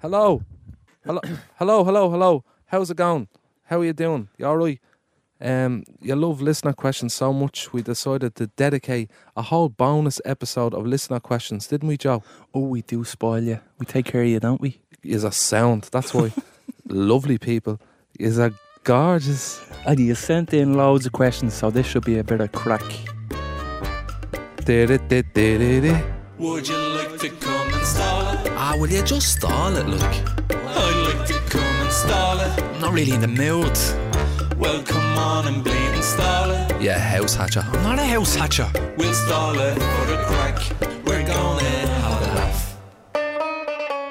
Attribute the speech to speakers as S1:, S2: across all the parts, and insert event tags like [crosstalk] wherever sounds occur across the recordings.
S1: Hello. Hello. [coughs] hello. Hello. Hello. How's it going? How are you doing? You all right? Um, you love listener questions so much, we decided to dedicate a whole bonus episode of listener questions, didn't we, Joe?
S2: Oh, we do spoil you. We take care of you, don't we?
S1: Is a sound. That's
S2: [laughs]
S1: why. Lovely people. Is a gorgeous.
S2: And you sent in loads of questions, so this should be a bit of crack.
S1: Would
S3: Would you like to come and stall it?
S4: Ah, will you just stall it, look?
S3: I'd like to come and stall it.
S4: I'm not really in the mood.
S3: Well, come on and bleed and stall it.
S4: Yeah, house hatcher. I'm not a house hatcher.
S3: We'll stall it for the crack. We're gonna have a laugh.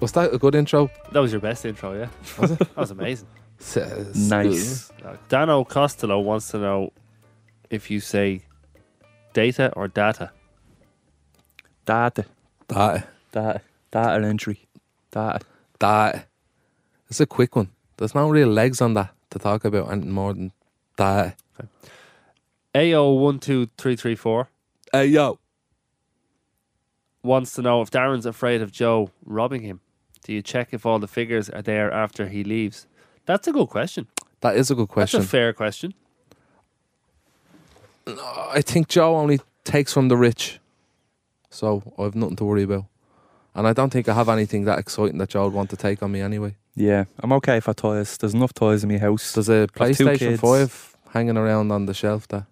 S1: Was that a good intro?
S5: That was your best intro, yeah. [laughs] That was amazing.
S1: S- s-
S2: Nice.
S5: Uh, Dano Costello wants to know if you say data or data.
S2: Data.
S1: That.
S2: Data. Data entry. Data.
S1: That. It's a quick one. There's no real legs on that to talk about anything more than that.
S5: AO12334
S1: Hey, yo.
S5: wants to know if Darren's afraid of Joe robbing him. Do you check if all the figures are there after he leaves? That's a good question.
S1: That is a good question.
S5: That's a fair question.
S1: I think Joe only takes from the rich, so I've nothing to worry about. And I don't think I have anything that exciting that Joe would want to take on me anyway.
S2: Yeah, I'm okay for toys. There's enough toys in my house.
S1: There's a
S2: I've two
S1: PlayStation
S2: kids.
S1: Five hanging around on the shelf. That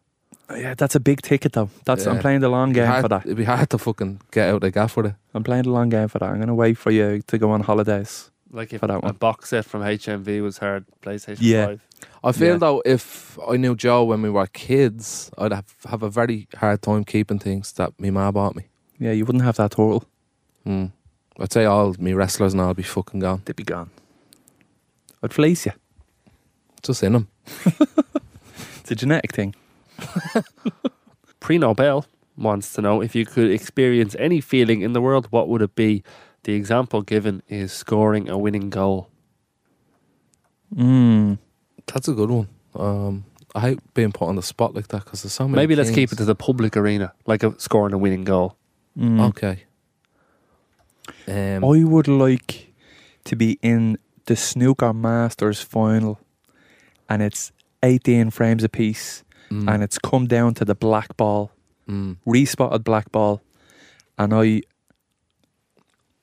S2: yeah, that's a big ticket though. That's I'm
S1: Yeah.
S2: playing the long game
S1: Hard-
S2: for that.
S1: It'd be hard to fucking get out the gaff with it.
S2: I'm playing the long game for that. I'm gonna wait for you to go on holidays.
S5: Like if
S2: For that
S5: a
S2: one.
S5: box set from HMV was hard, PlayStation
S2: Yeah.
S5: 5.
S1: I feel
S2: Yeah.
S1: though, if I knew Joe when we were kids, I'd have, have a very hard time keeping things that me ma bought me.
S2: Yeah, you wouldn't have that total.
S5: Hmm.
S1: Mm. I'd say all me wrestlers and all would be fucking gone.
S2: They'd be gone. I'd fleece you.
S1: Just in them.
S2: It's a genetic thing.
S5: Pre Nobel wants to know if you could experience any feeling in the world, what would it be? The example given is scoring a winning goal.
S2: Mm.
S1: That's a good one. Um, I hate being put on the spot like that because there's so many.
S5: Maybe let's keep it
S1: things.
S5: to the public arena, like a, scoring a winning goal. Hmm.
S2: Mm.
S1: Okay. Um,
S2: I would like to be in the snooker masters final, and it's 18 frames apiece,
S1: mm,
S2: and it's come down to the black ball,
S1: mm.
S2: respotted black ball, and I,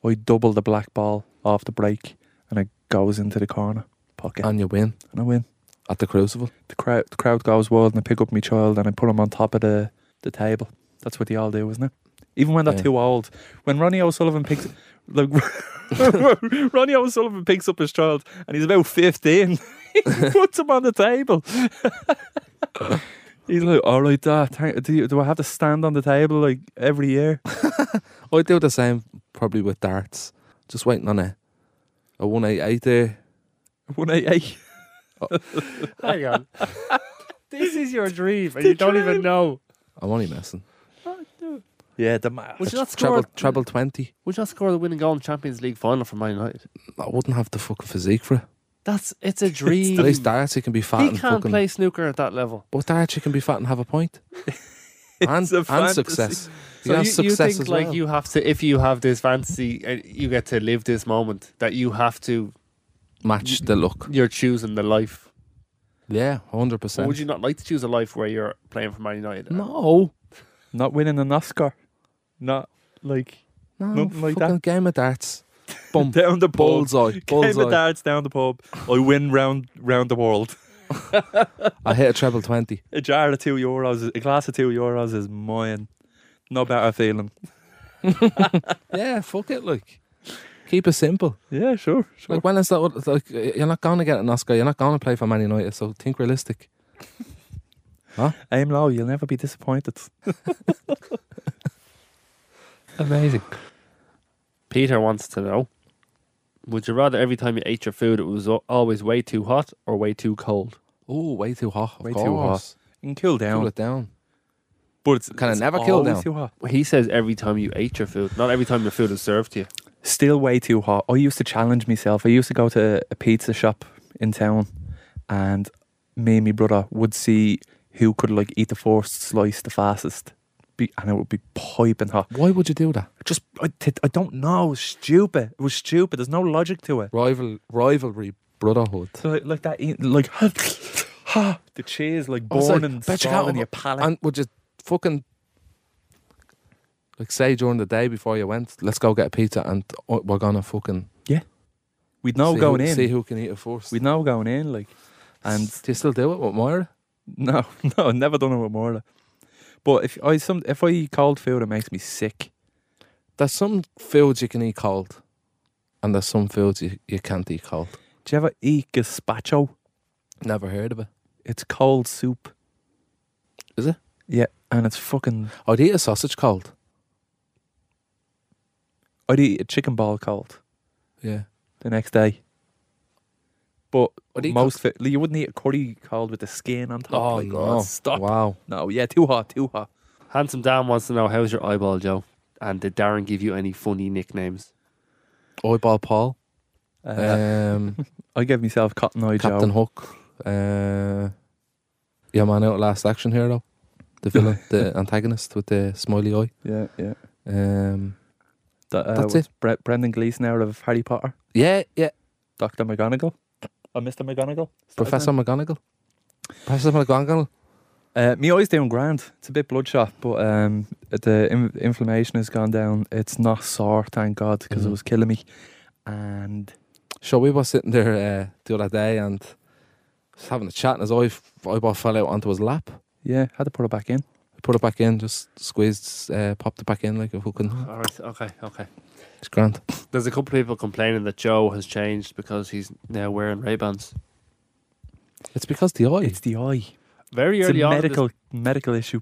S2: I double the black ball off the break, and it goes into the corner pocket,
S1: and you win
S2: and I win.
S1: at the Crucible.
S2: The crowd, the crowd goes wild, and I pick up my child, and I put him on top of the, the table. That's what they all do, isn't it? Even when they're
S1: Yeah.
S2: too old, when Ronnie O'Sullivan picks, like [laughs] Ronnie O'Sullivan picks up his child, and he's about fifteen, [laughs] he puts him on the table. [laughs] he's like, "All right, Dad, thank- do, you, do I have to stand on the table like every year?" [laughs]
S1: I do the same probably with darts. Just waiting on a a one eight eight there.
S2: One eight eight.
S5: Hang [laughs] on. this is your dream, and you don't even know.
S1: I'm only messing.
S2: Yeah, the ma-
S5: Would you not score?
S1: Treble treble twenty.
S5: Would you not score the winning goal in Champions League final for Man United?
S1: I wouldn't have the fucking physique for it.
S5: That's [laughs] it's a dream.
S1: At least darts you can be fat
S5: he
S1: and
S5: can't
S1: fucking.
S5: play snooker at that level.
S1: But darts you can be fat and have a point. and
S2: a
S1: and
S2: fantasy.
S1: success.
S5: So
S1: can
S5: you,
S1: have
S5: you
S1: success
S5: think
S1: as
S5: like
S1: well.
S5: you have to if you have this fancy, uh, you get to live this moment that you have to.
S1: match the look.
S5: You're choosing the life
S1: Yeah, hundred
S5: But would
S1: percent.
S5: you not like to choose a life where you're playing for Man United?
S1: No,
S2: not winning an Oscar, not like
S1: no,
S2: Nothing like that.
S1: fucking game of darts. Bump.
S2: down the balls.
S1: Bullseye,
S2: Game of
S1: bullseye.
S2: darts down the pub. I win round round the world.
S1: I hit a treble twenty.
S2: A jar of two euros, a glass of two euros is mine. No better feeling.
S1: Yeah, fuck it, like keep it simple.
S2: Yeah, sure, sure.
S1: Like when is that? what- Like uh, you're not gonna get an Oscar. You're not gonna play for Man United. So think realistic.
S2: Aim low, you'll never be disappointed.
S5: Amazing. Peter wants to know Would you rather every time you ate your food it was al- always way too hot or way too cold?
S1: Oh, way too hot. Of
S2: Way too
S1: course.
S2: You can cool
S1: Cool
S2: down,
S1: it down.
S2: but it's
S1: Can I
S2: it's
S1: never cool
S2: always
S1: down?
S2: Too hot.
S5: He says every time you ate your food, not every time your food is served to you.
S2: Still way too hot. I used to challenge myself. I used to go to a pizza shop in town, and me and my brother would see who could like eat the first slice the fastest. be and it would be piping hot.
S1: Why would you do that?
S2: Just I, t- I don't know. It was stupid. It was stupid. There's no logic to it.
S1: Rival rivalry, brotherhood.
S2: So like, like that, eat- like [laughs] the cheese like
S1: I was
S2: born
S1: like,
S2: and
S1: "Bet you
S2: small
S1: can't
S2: in your
S1: over-
S2: palate.
S1: And would you fucking like say during the day before you went, let's go get a pizza and uh, we're gonna fucking
S2: We'd know
S1: see
S2: going
S1: who,
S2: in.
S1: see who can eat it first.
S2: We'd know going in. Like, and
S1: do you still do it with Moira?
S2: [laughs] no, no, I've never done it with Morla. But if I some if I eat cold food, it makes me sick.
S1: There's some foods you can eat cold, and there's some foods you, you can't eat cold.
S2: Do you ever eat gazpacho?
S1: Never heard of it.
S2: It's cold soup.
S1: Is it?
S2: Yeah, and it's fucking.
S1: I'd eat a sausage cold.
S2: I'd eat a chicken ball cold
S1: Yeah.
S2: the next day. But
S1: I'd eat
S2: most fit, you wouldn't eat a curry cold with the skin on top.
S1: Oh,
S2: like,
S1: no.
S2: Stop.
S1: Wow.
S2: No, yeah, too hot, too hot.
S5: Handsome Dan wants to know how's your eyeball, Joe? And did Darren give you any funny nicknames?
S1: Eyeball [laughs] Paul.
S2: Uh,
S1: [laughs] Um,
S2: I gave myself Cotton Eye Joe.
S1: Captain Hook. Uh, yeah, man out last action hero. The [laughs] villain, the antagonist with the smiley eye.
S2: Yeah, yeah.
S1: Um,
S2: That, uh,
S1: That's
S2: was
S1: it.
S2: Bre- Brendan Gleeson out of Harry Potter.
S1: yeah, yeah.
S2: Doctor McGonagall. Oh, Mister McGonagall. Is that his
S1: Professor
S2: name?
S1: McGonagall. Professor McGonagall.
S2: Uh, me eyes doing grand. It's a bit bloodshot, but um, the in- inflammation has gone down. It's not sore, thank God, because it
S1: Mhm.
S2: was killing me. And
S1: So we were sitting there uh, the other day and just having a chat, and his eye, eyeball fell out onto his lap.
S2: yeah, had to put it back in.
S1: I put it back in, just squeezed, uh, popped it back in like a fucking.
S5: All right, okay, okay.
S1: It's grand.
S5: There's a couple of people complaining that Joe has changed because he's now wearing Ray Bans.
S1: It's because the eye.
S2: It's the eye.
S5: Very
S2: It's a
S5: early on, in this,
S2: medical medical issue.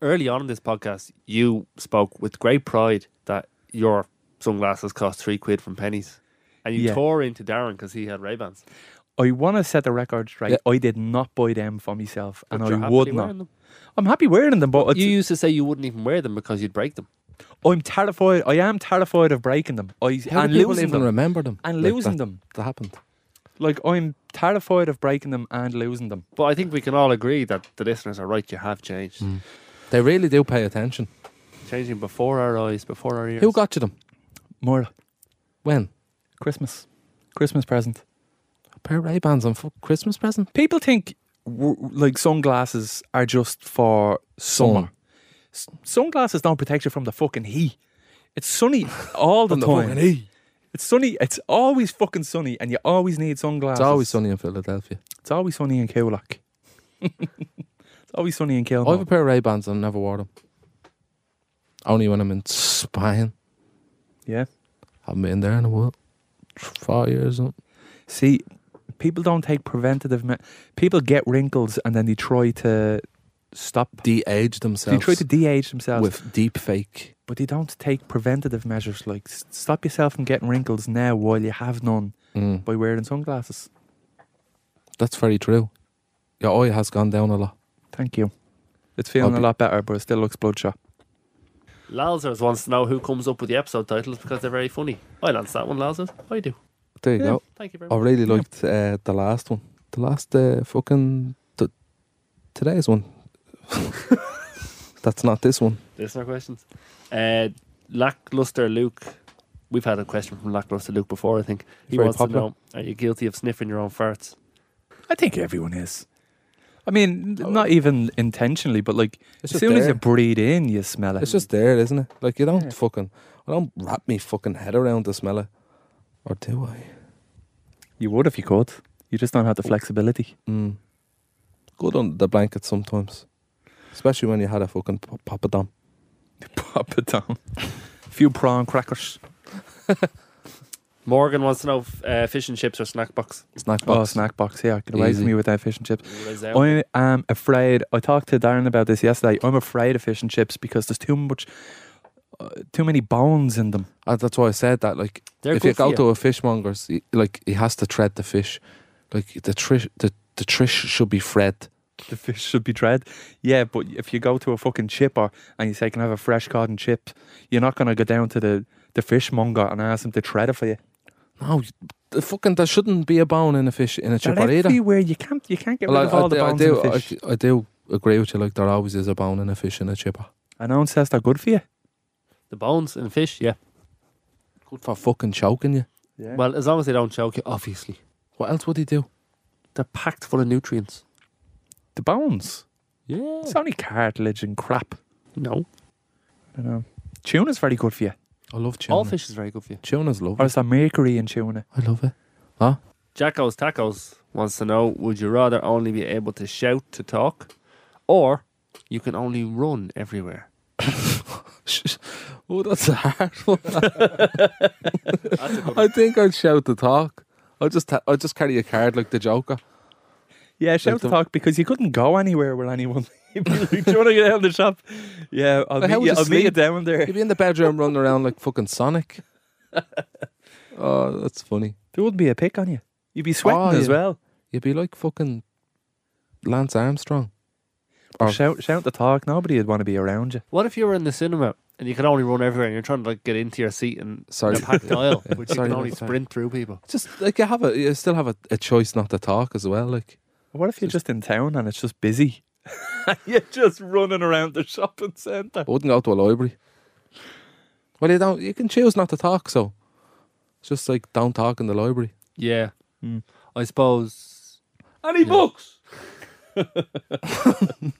S5: early on in this podcast, you spoke with great pride that your sunglasses cost three quid from pennies, and you
S2: Yeah.
S5: tore into Darren because he had Ray Bans.
S2: I want to set the record straight.
S1: Yeah.
S2: I did not buy them for myself, and I would not. I'm happy wearing them, but it's,
S5: You used to say you wouldn't even wear them because you'd break them.
S2: I'm terrified. I am terrified of breaking them. I
S1: How
S2: and
S1: do people
S2: losing
S1: even
S2: them.
S1: remember them?
S2: and
S1: Like,
S2: losing
S1: that,
S2: them.
S1: That happened.
S2: Like I'm terrified of breaking them and losing them.
S5: But I think we can all agree that the listeners are right. You have changed,
S1: They really do pay attention.
S5: changing before our eyes, before our ears.
S1: Who got you them?
S2: More
S1: When?
S2: Christmas, Christmas present.
S1: A pair of Ray Bans on fu- Christmas present?
S2: People think w- like sunglasses are just for summer. S- sunglasses don't protect you from the fucking heat. It's sunny all
S1: [laughs]
S2: the time. It's sunny. It's always fucking sunny, and you always need sunglasses.
S1: It's always sunny in Philadelphia.
S2: It's always sunny in
S1: [laughs]
S2: Killock. it's always sunny in
S1: I have a
S2: Killock.
S1: pair of Ray Bans and I never wore them. Only when I'm in Spain.
S2: Yeah.
S1: Haven't been there in a while. Four years. huh?
S2: See, people don't take preventative. Me- people get wrinkles and then they try to stop.
S1: De-age
S2: They
S1: themselves
S2: try to de-age themselves,
S1: with deep fake.
S2: but they don't take preventative measures like s- stop yourself from getting wrinkles now while you have none
S1: Mm,
S2: by wearing sunglasses.
S1: that's very true. Your eye has gone down a lot.
S2: Thank you. It's feeling
S1: I'll
S2: a
S1: be-
S2: lot better, but it still looks bloodshot.
S5: Lalzers wants to know who comes up with the episode titles because they're very funny. I'll answer that one, Lalzers. I do.
S1: There you
S2: Yeah.
S1: go.
S5: Thank you very
S1: I
S5: much.
S1: really
S2: Yeah.
S1: liked uh, the last one. The last uh, fucking t- today's one. [laughs] That's not this one.
S5: Listener questions. Uh, Lackluster Luke. We've had a question from Lackluster Luke before, I think. He
S1: Very
S5: wants
S1: popular.
S5: to know Are you guilty of sniffing your own farts?
S2: I think everyone is. I mean, n- not even intentionally, but like
S1: Oh. It's
S2: as
S1: just
S2: soon as
S1: there.
S2: you breathe in, you smell it.
S1: It's just there, isn't it? Like you don't
S2: Yeah.
S1: fucking. I don't wrap me fucking head around the smell of, or do I?
S2: you would if you could. You just don't have the flexibility.
S1: Mm. Good under the blanket sometimes, especially when you had a fucking p- papadom.
S2: [laughs] Pop it down. Few prawn crackers.
S5: Morgan wants to know f- uh, fish and chips or snack box.
S1: Snack
S2: Oh,
S1: box.
S2: snack box. Yeah, get away
S1: Easy.
S2: from me with that fish and
S1: Oh,
S2: chips.
S5: What is that?
S2: I am afraid. I talked to Darren about this yesterday. I'm afraid of fish and chips because there's too much, uh, too many bones in them.
S1: Uh, that's why I said that. Like,
S5: They're
S1: if you
S5: good for
S1: go
S5: you.
S1: to a fishmonger's, he, like he has to tread the fish. Like the trish, the the trish should be fred.
S2: The fish should be dread. Yeah, but if you go to a fucking chipper and you say, "Can I have a fresh cod and chip?" You're not gonna go down to the the fishmonger and ask him to tread it for you.
S1: No, you- the fucking there shouldn't be a bone in a fish in a
S2: They're
S1: chipper either.
S2: everywhere. You can't you can't get rid
S1: Well,
S2: of all the
S1: do-
S2: bones
S1: do,
S2: in a fish.
S1: I, I do agree with you. Like there always is a bone in a fish in a chipper.
S2: An ancestor good for you.
S5: The bones and fish, yeah.
S1: Good for fucking choking you.
S5: Well, as long as they don't choke you, obviously.
S1: What else would he do?
S5: They're packed full of nutrients.
S2: The bones.
S5: Yeah.
S2: It's only cartilage and crap.
S5: No.
S2: I don't know. Tuna's um, very good for you.
S1: I love tuna.
S5: All fish is very good for you.
S1: Tuna's lovely.
S2: Or is that mercury in tuna?
S1: I love it.
S5: Jacko's Tacos wants to know Would you rather only be able to shout to talk or you can only run everywhere?
S1: Oh, [laughs] that's a hard one.
S5: That's a good
S1: I think I'd shout the talk. I just ta- I just carry a card like the [laughs] Joker.
S2: Yeah, shout
S1: Like the-
S2: to talk because you couldn't go anywhere with anyone. [laughs] You'd be like, Do you want to get out of the shop? Yeah, I'll,
S1: Like, how
S2: meet,
S1: would
S2: you,
S1: you
S2: I'll meet you
S1: sleep?
S2: down there.
S1: You'd be in the bedroom running around like fucking [laughs] Sonic. oh, that's funny.
S2: There wouldn't be a pick on you. You'd be sweating
S1: Oh,
S2: as
S1: yeah.
S2: well.
S1: You'd be like fucking Lance Armstrong. Or-
S2: Shout, shout to talk. Nobody would want to be around you.
S5: What if you were in the cinema and you could only run everywhere and you're trying to like get into your seat and
S1: Sorry.
S5: in a packed
S2: [laughs]
S5: aisle,
S1: Yeah,
S5: which you
S1: sorry,
S5: can only
S1: sorry.
S5: sprint through people?
S1: Just like you have a, you still have a, a choice not to talk as well. Like
S2: What if you're just in town and it's just busy? [laughs] you're just running around the shopping centre.
S1: I wouldn't go to a library. Well, you don't. You can choose not to talk. So it's just like don't talk in the library.
S5: Yeah.
S2: Hmm.
S5: I suppose. [laughs]
S2: Any books? Do you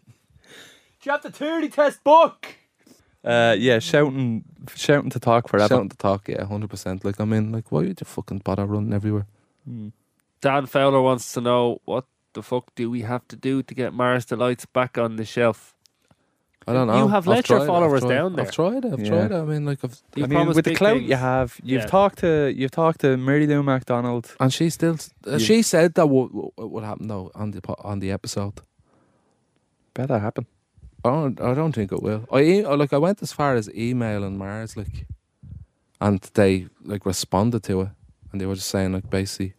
S2: have the theory test book? Uh, yeah, shouting, shouting to talk forever.
S1: Shouting to talk, yeah, hundred percent. Like I mean, like why would you fucking bother running everywhere?
S2: Hmm.
S5: Dan Fowler wants to know What the fuck do we have to do to get Mars Delights back on the shelf?
S1: I don't know.
S5: You have
S1: I've
S5: let
S1: tried
S5: your
S1: it, I've
S5: followers
S1: tried-
S5: down there.
S1: I've tried it. I've
S2: Yeah.
S1: tried it. I mean, like, I've,
S5: You
S2: I mean,
S5: promised
S2: with the
S5: big
S2: clout
S5: things.
S2: you have, you've
S5: Yeah.
S2: talked to you've talked to Mary Lou MacDonald.
S1: and she still, uh,
S2: You-
S1: she said that what what would happen though on the po- on the episode.
S2: Better happen.
S1: I don't, I don't think it will. I e- like I went as far as emailing Mars, like, and they like responded to it, and they were just saying like basically,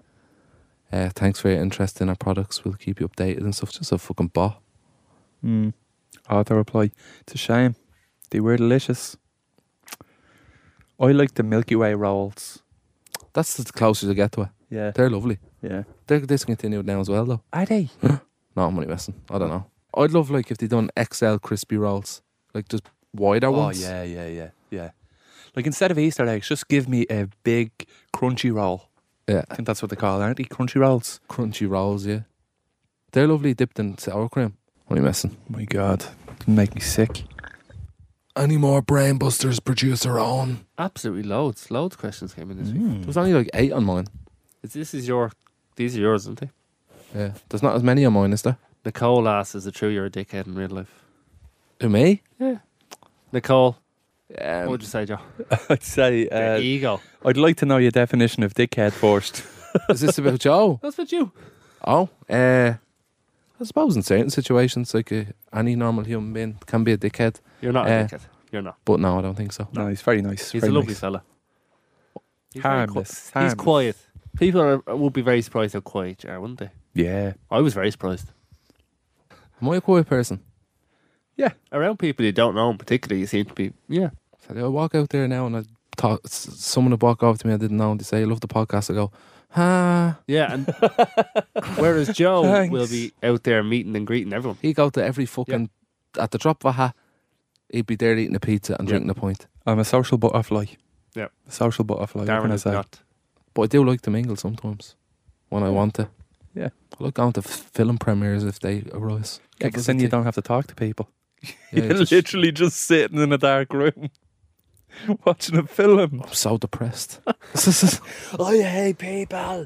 S1: uh, thanks for your interest in our products. We'll keep you updated and stuff. Just a fucking bot.
S2: Mm. Auto reply. It's a shame. They were delicious. I like the Milky Way rolls.
S1: That's the closest I get to it.
S2: Yeah,
S1: They're lovely.
S2: yeah.
S1: They're discontinued now as well though.
S2: Are they?
S1: No, I'm only messing. I don't know. I'd love like if they done XL crispy rolls, like just wider
S2: Oh
S1: ones.
S2: yeah, yeah, yeah, yeah. Like instead of Easter eggs, just give me a big crunchy roll.
S1: yeah,
S2: I think that's what they call, it, aren't they? Crunchy rolls.
S1: crunchy rolls. Yeah, they're lovely dipped in sour cream. Only messing.
S2: my God, make me sick.
S1: Any more brainbusters producer on?
S5: Absolutely loads. Loads of questions came in this
S2: Mm.
S5: week.
S1: There was only like eight on mine.
S5: Is This is your. These are yours, aren't they?
S1: Yeah. There's not as many on mine, is there?
S5: Nicole asks, "Is it true you're a dickhead in real life?"
S1: Who, me?
S5: Nicole,
S1: Um,
S5: what would you say, Joe?
S2: [laughs] I'd say
S5: Your
S2: uh,
S5: ego.
S2: I'd like to know your definition of dickhead
S5: [laughs]
S2: first.
S1: [laughs] is this about Joe?
S5: That's what you.
S1: Oh, uh, I suppose in certain situations, like uh, any normal human being can be a dickhead,
S5: You're not a
S1: Uh,
S5: dickhead. You're not.
S1: but no, I don't think so.
S2: no, he's very nice.
S5: He's
S2: very
S5: a lovely
S2: nice.
S5: fella. He's very
S2: Harmless.
S5: qui- He's
S2: harmless.
S5: quiet. People are, would be very surprised how quiet you are, wouldn't they?
S2: Yeah.
S5: I was very surprised.
S1: Am I a quiet person?
S5: Around people you don't know, in particular, you seem to be. Yeah.
S1: So I walk out there now and I talk, s- someone would walk over to me I didn't know and they say, I love the podcast. I go, ah.
S5: Yeah.
S2: [laughs]
S5: And whereas Joe
S2: Thanks.
S5: will be out there meeting and greeting everyone.
S1: He'd go to every fucking, at the drop of a hat, he'd be there eating a pizza and
S5: Yeah.
S1: drinking a pint.
S2: I'm a social butterfly.
S5: Yeah.
S2: A social butterfly. what can
S5: Darren
S2: I
S5: is
S2: say?
S5: not.
S1: But I do like to mingle sometimes when I want to.
S2: Yeah.
S1: I like going to f- film premieres if they arise.
S2: Yeah, because then you don't have to talk to [laughs] people.
S1: Yeah,
S2: You're
S1: just-
S2: literally just sitting in a dark room [laughs] watching a film.
S1: I'm so
S2: [laughs]
S1: depressed. [laughs]
S2: I hate people.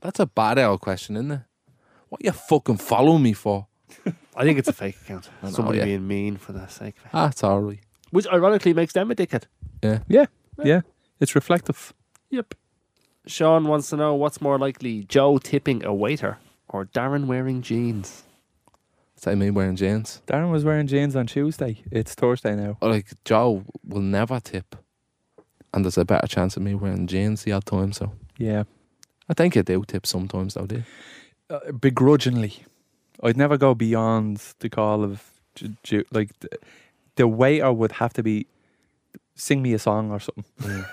S1: That's a bad old question, isn't it? What you fucking follow me for?
S5: I think it's a fake
S2: [laughs]
S5: account.
S1: know,
S5: Somebody
S1: yeah.
S5: being mean for their sake. of it.
S1: That's alright.
S5: Which ironically makes them a dickhead.
S2: Yeah, it's reflective.
S5: Yep. Sean wants to know what's more likely Joe tipping a waiter or Darren wearing jeans?
S1: Say me wearing jeans.
S2: Darren was wearing jeans on Tuesday. It's Thursday now.
S1: Or like Joe will never tip, and there's a better chance of me wearing jeans the odd time. So
S2: Yeah.
S1: I think I do tip sometimes, though. Do you?
S2: Uh, begrudgingly. I'd never go beyond the call of ju- ju- like the, the waiter would have to be sing me a song or something. [laughs]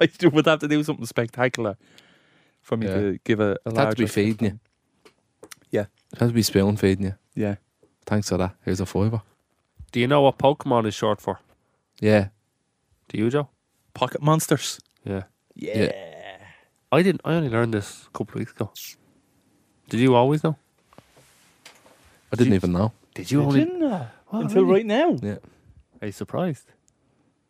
S2: I ju- would have to do something spectacular for me
S1: Yeah.
S2: to give a, a
S1: It'd have
S2: large
S1: to be
S2: respect.
S1: feeding you.
S2: Yeah.
S1: It has to be spoon feeding you.
S2: Yeah.
S1: Thanks for that. Here's a fiver.
S5: Do you know what Pokemon is short for?
S1: Yeah.
S5: Do you, Joe?
S2: Pocket monsters.
S5: Yeah.
S1: Yeah.
S5: I didn't. I only learned this a couple of weeks ago. Did you always know?
S1: I didn't even know.
S5: Did you only?
S2: Until right now.
S1: Yeah.
S5: Are you surprised?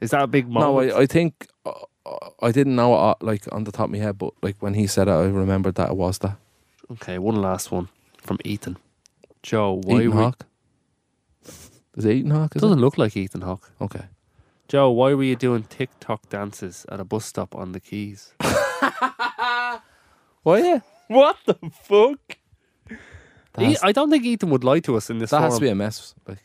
S5: Is that a big
S1: No,
S5: moment?
S1: I, I think uh, uh, I didn't know it uh, like on the top of my head, but like when he said it, I remembered that it was that.
S5: okay, one last one from Ethan. Joe, why
S1: Ethan
S5: were you-
S1: Hawke. Is it Eaton Hawk?
S5: It doesn't look like Ethan Hawke.
S1: Okay.
S5: Joe, why were you doing TikTok dances at a bus stop on
S1: [laughs]
S5: the Keys?
S1: Well, yeah.
S2: What the fuck?
S1: That,
S5: E-
S1: has,
S5: I don't think Ethan would lie to us in this.
S1: that has to
S5: forum.
S1: be a mess. Like,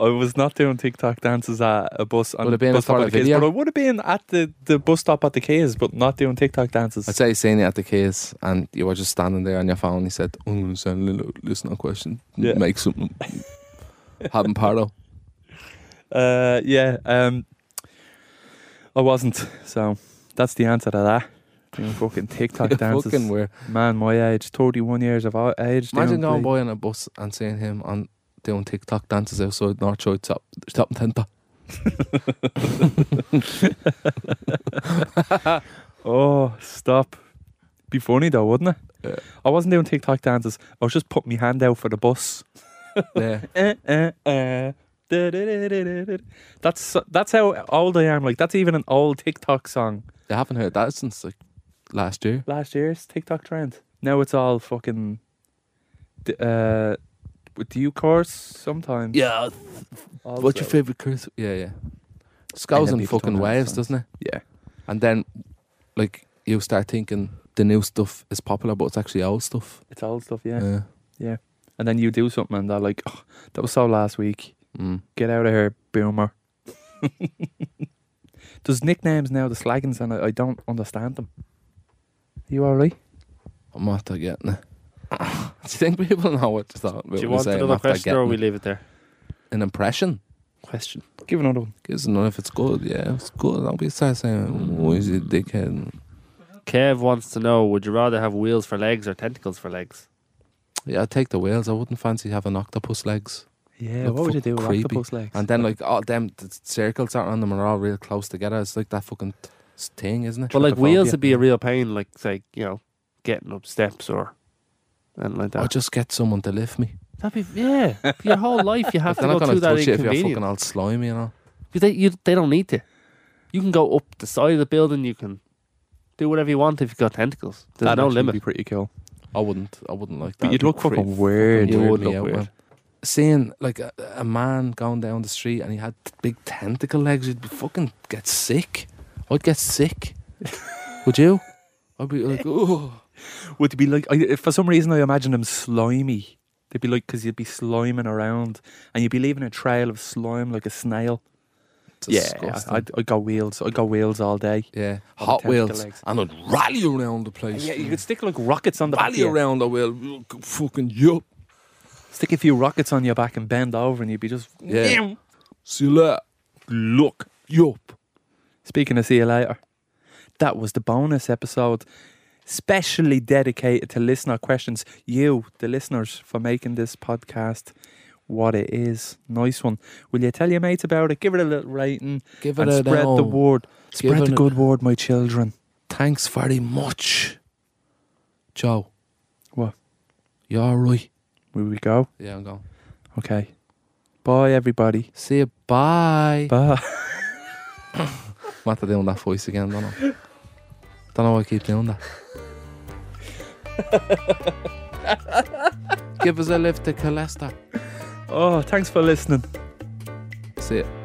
S2: I was not doing TikTok dances at a bus on
S1: Would it be in
S2: bus
S1: a form
S2: stop at
S1: of
S2: the Keys,
S1: video?
S2: but I would have been at the, the bus stop at the Keys, but not doing TikTok dances.
S1: I'd say seeing it at the kids, and you were just standing there on your phone. He said, "I'm going to send a little listener question.
S2: Yeah.
S1: Make something happen,
S2: [laughs]
S1: Pardo."
S2: Uh, yeah. Um, I wasn't. So that's the answer to that. Doing
S1: [laughs]
S2: fucking TikTok dances.
S1: Fucking weird.
S2: Man, my age, thirty-one years of o- age.
S1: Imagine going
S2: doing the-
S1: by on a bus and seeing him on doing TikTok dances outside North Shore top top centre.
S2: [laughs] Oh, stop. Be funny though, wouldn't it?
S1: Yeah.
S2: I wasn't doing TikTok dances. I was just putting my hand out for the bus.
S1: Yeah.
S2: Eh, eh, eh. Da-da-da-da-da-da. That's that's how old I am. Like that's even an old TikTok song.
S1: They haven't heard that since like last year.
S2: last year's TikTok trend. Now it's all fucking. d- Uh, with you course sometimes.
S1: Yeah.
S2: also.
S1: What's your favourite curse? Yeah, yeah. Just goes
S2: then
S1: in
S2: people
S1: fucking
S2: don't
S1: waves,
S2: understand.
S1: doesn't it?
S2: Yeah.
S1: And then, like, you start thinking the new stuff is popular, but it's actually old stuff.
S2: It's old stuff, yeah.
S1: Yeah.
S2: And then you do something and they're like, oh, that was so last week.
S1: Mm.
S2: Get out of here, boomer. [laughs] There's nicknames now, the slaggins, and I, I don't understand them. you alright?
S1: I'm not getting it. [laughs] Do you think people know what to thought?
S5: Do you want another question, or we leave it there?
S1: an impression?
S5: Question.
S2: Give another one.
S1: Gives to know if it's good. Yeah, it's good. Don't be start saying, "Oh, is it dickhead?"
S5: Kev wants to know: Would you rather have wheels for legs or tentacles for legs?
S1: Yeah, I'd take the whales. I wouldn't fancy having octopus legs.
S2: Yeah,
S1: Look
S2: what would you
S1: fucking
S2: do with
S1: creepy.
S2: octopus legs?
S1: And then like all them the circles that are on them are all real close together. It's like that fucking t- thing, isn't it?
S5: But like wheels
S1: Trypophobia.
S5: would be a real pain, like say you know, getting up steps or and like
S1: Or
S5: that.
S1: just get someone to lift me.
S5: That'd be yeah. Your whole life you have to
S1: They're not
S5: go
S1: going to
S5: through that
S1: touch you if you're
S5: inconvenience.
S1: fucking all slimy and all.
S5: You- They you, they don't need to. You can go up the side of the building. You can do whatever you want if you've got tentacles. There's
S2: That'd
S5: no
S2: actually
S5: limit.
S2: Be pretty cool.
S1: I wouldn't. I wouldn't like that.
S2: But you'd
S1: It'd
S2: look
S1: creep
S2: fucking weird.
S5: You
S1: weirdly
S5: would look
S1: out,
S5: weird.
S1: man. Seeing like a, a man going down the street and he had big tentacle legs, you'd be fucking get sick. I'd get
S2: [laughs]
S1: sick. would you? I'd be like, oh,
S2: would be like I, if for some reason I imagine them slimy. They'd be like because you'd be sliming around and you'd be leaving a trail of slime like a snail.
S1: disgusting.
S2: I, I, I got wheels. I got wheels all day.
S1: yeah,
S2: the
S1: Hot
S2: tentacle
S1: Wheels,
S2: legs.
S1: and I'd rally around the place.
S2: Yeah, you could stick like rockets on the back. Of
S1: rally
S2: you.
S1: around. I will fucking yup.
S2: Stick a few rockets on your back and bend over, and you'd be just
S1: Yeah. See you later.
S2: Look,
S1: Yup.
S2: Speaking of see you later, that was the bonus episode, specially dedicated to listener questions. You, the listeners, for making this podcast what it is. Nice one. Will you tell your mates about it? Give it a little rating
S1: Give it
S2: and
S1: a
S2: spread the
S1: down.
S2: word.
S1: Give
S2: Spread
S1: it
S2: the
S1: a-
S2: good word, my children.
S1: Thanks very much, Joe.
S2: What?
S1: You all right?
S2: Here we go.
S1: Yeah, I'm going.
S2: Okay. Bye, everybody.
S1: See you. Bye. tá
S2: Bye. [laughs]
S1: I'm after doing that voice again, don't I? Don't know why I keep doing that. Give us a lift to Colester.
S2: Oh, thanks for listening.
S1: See ya.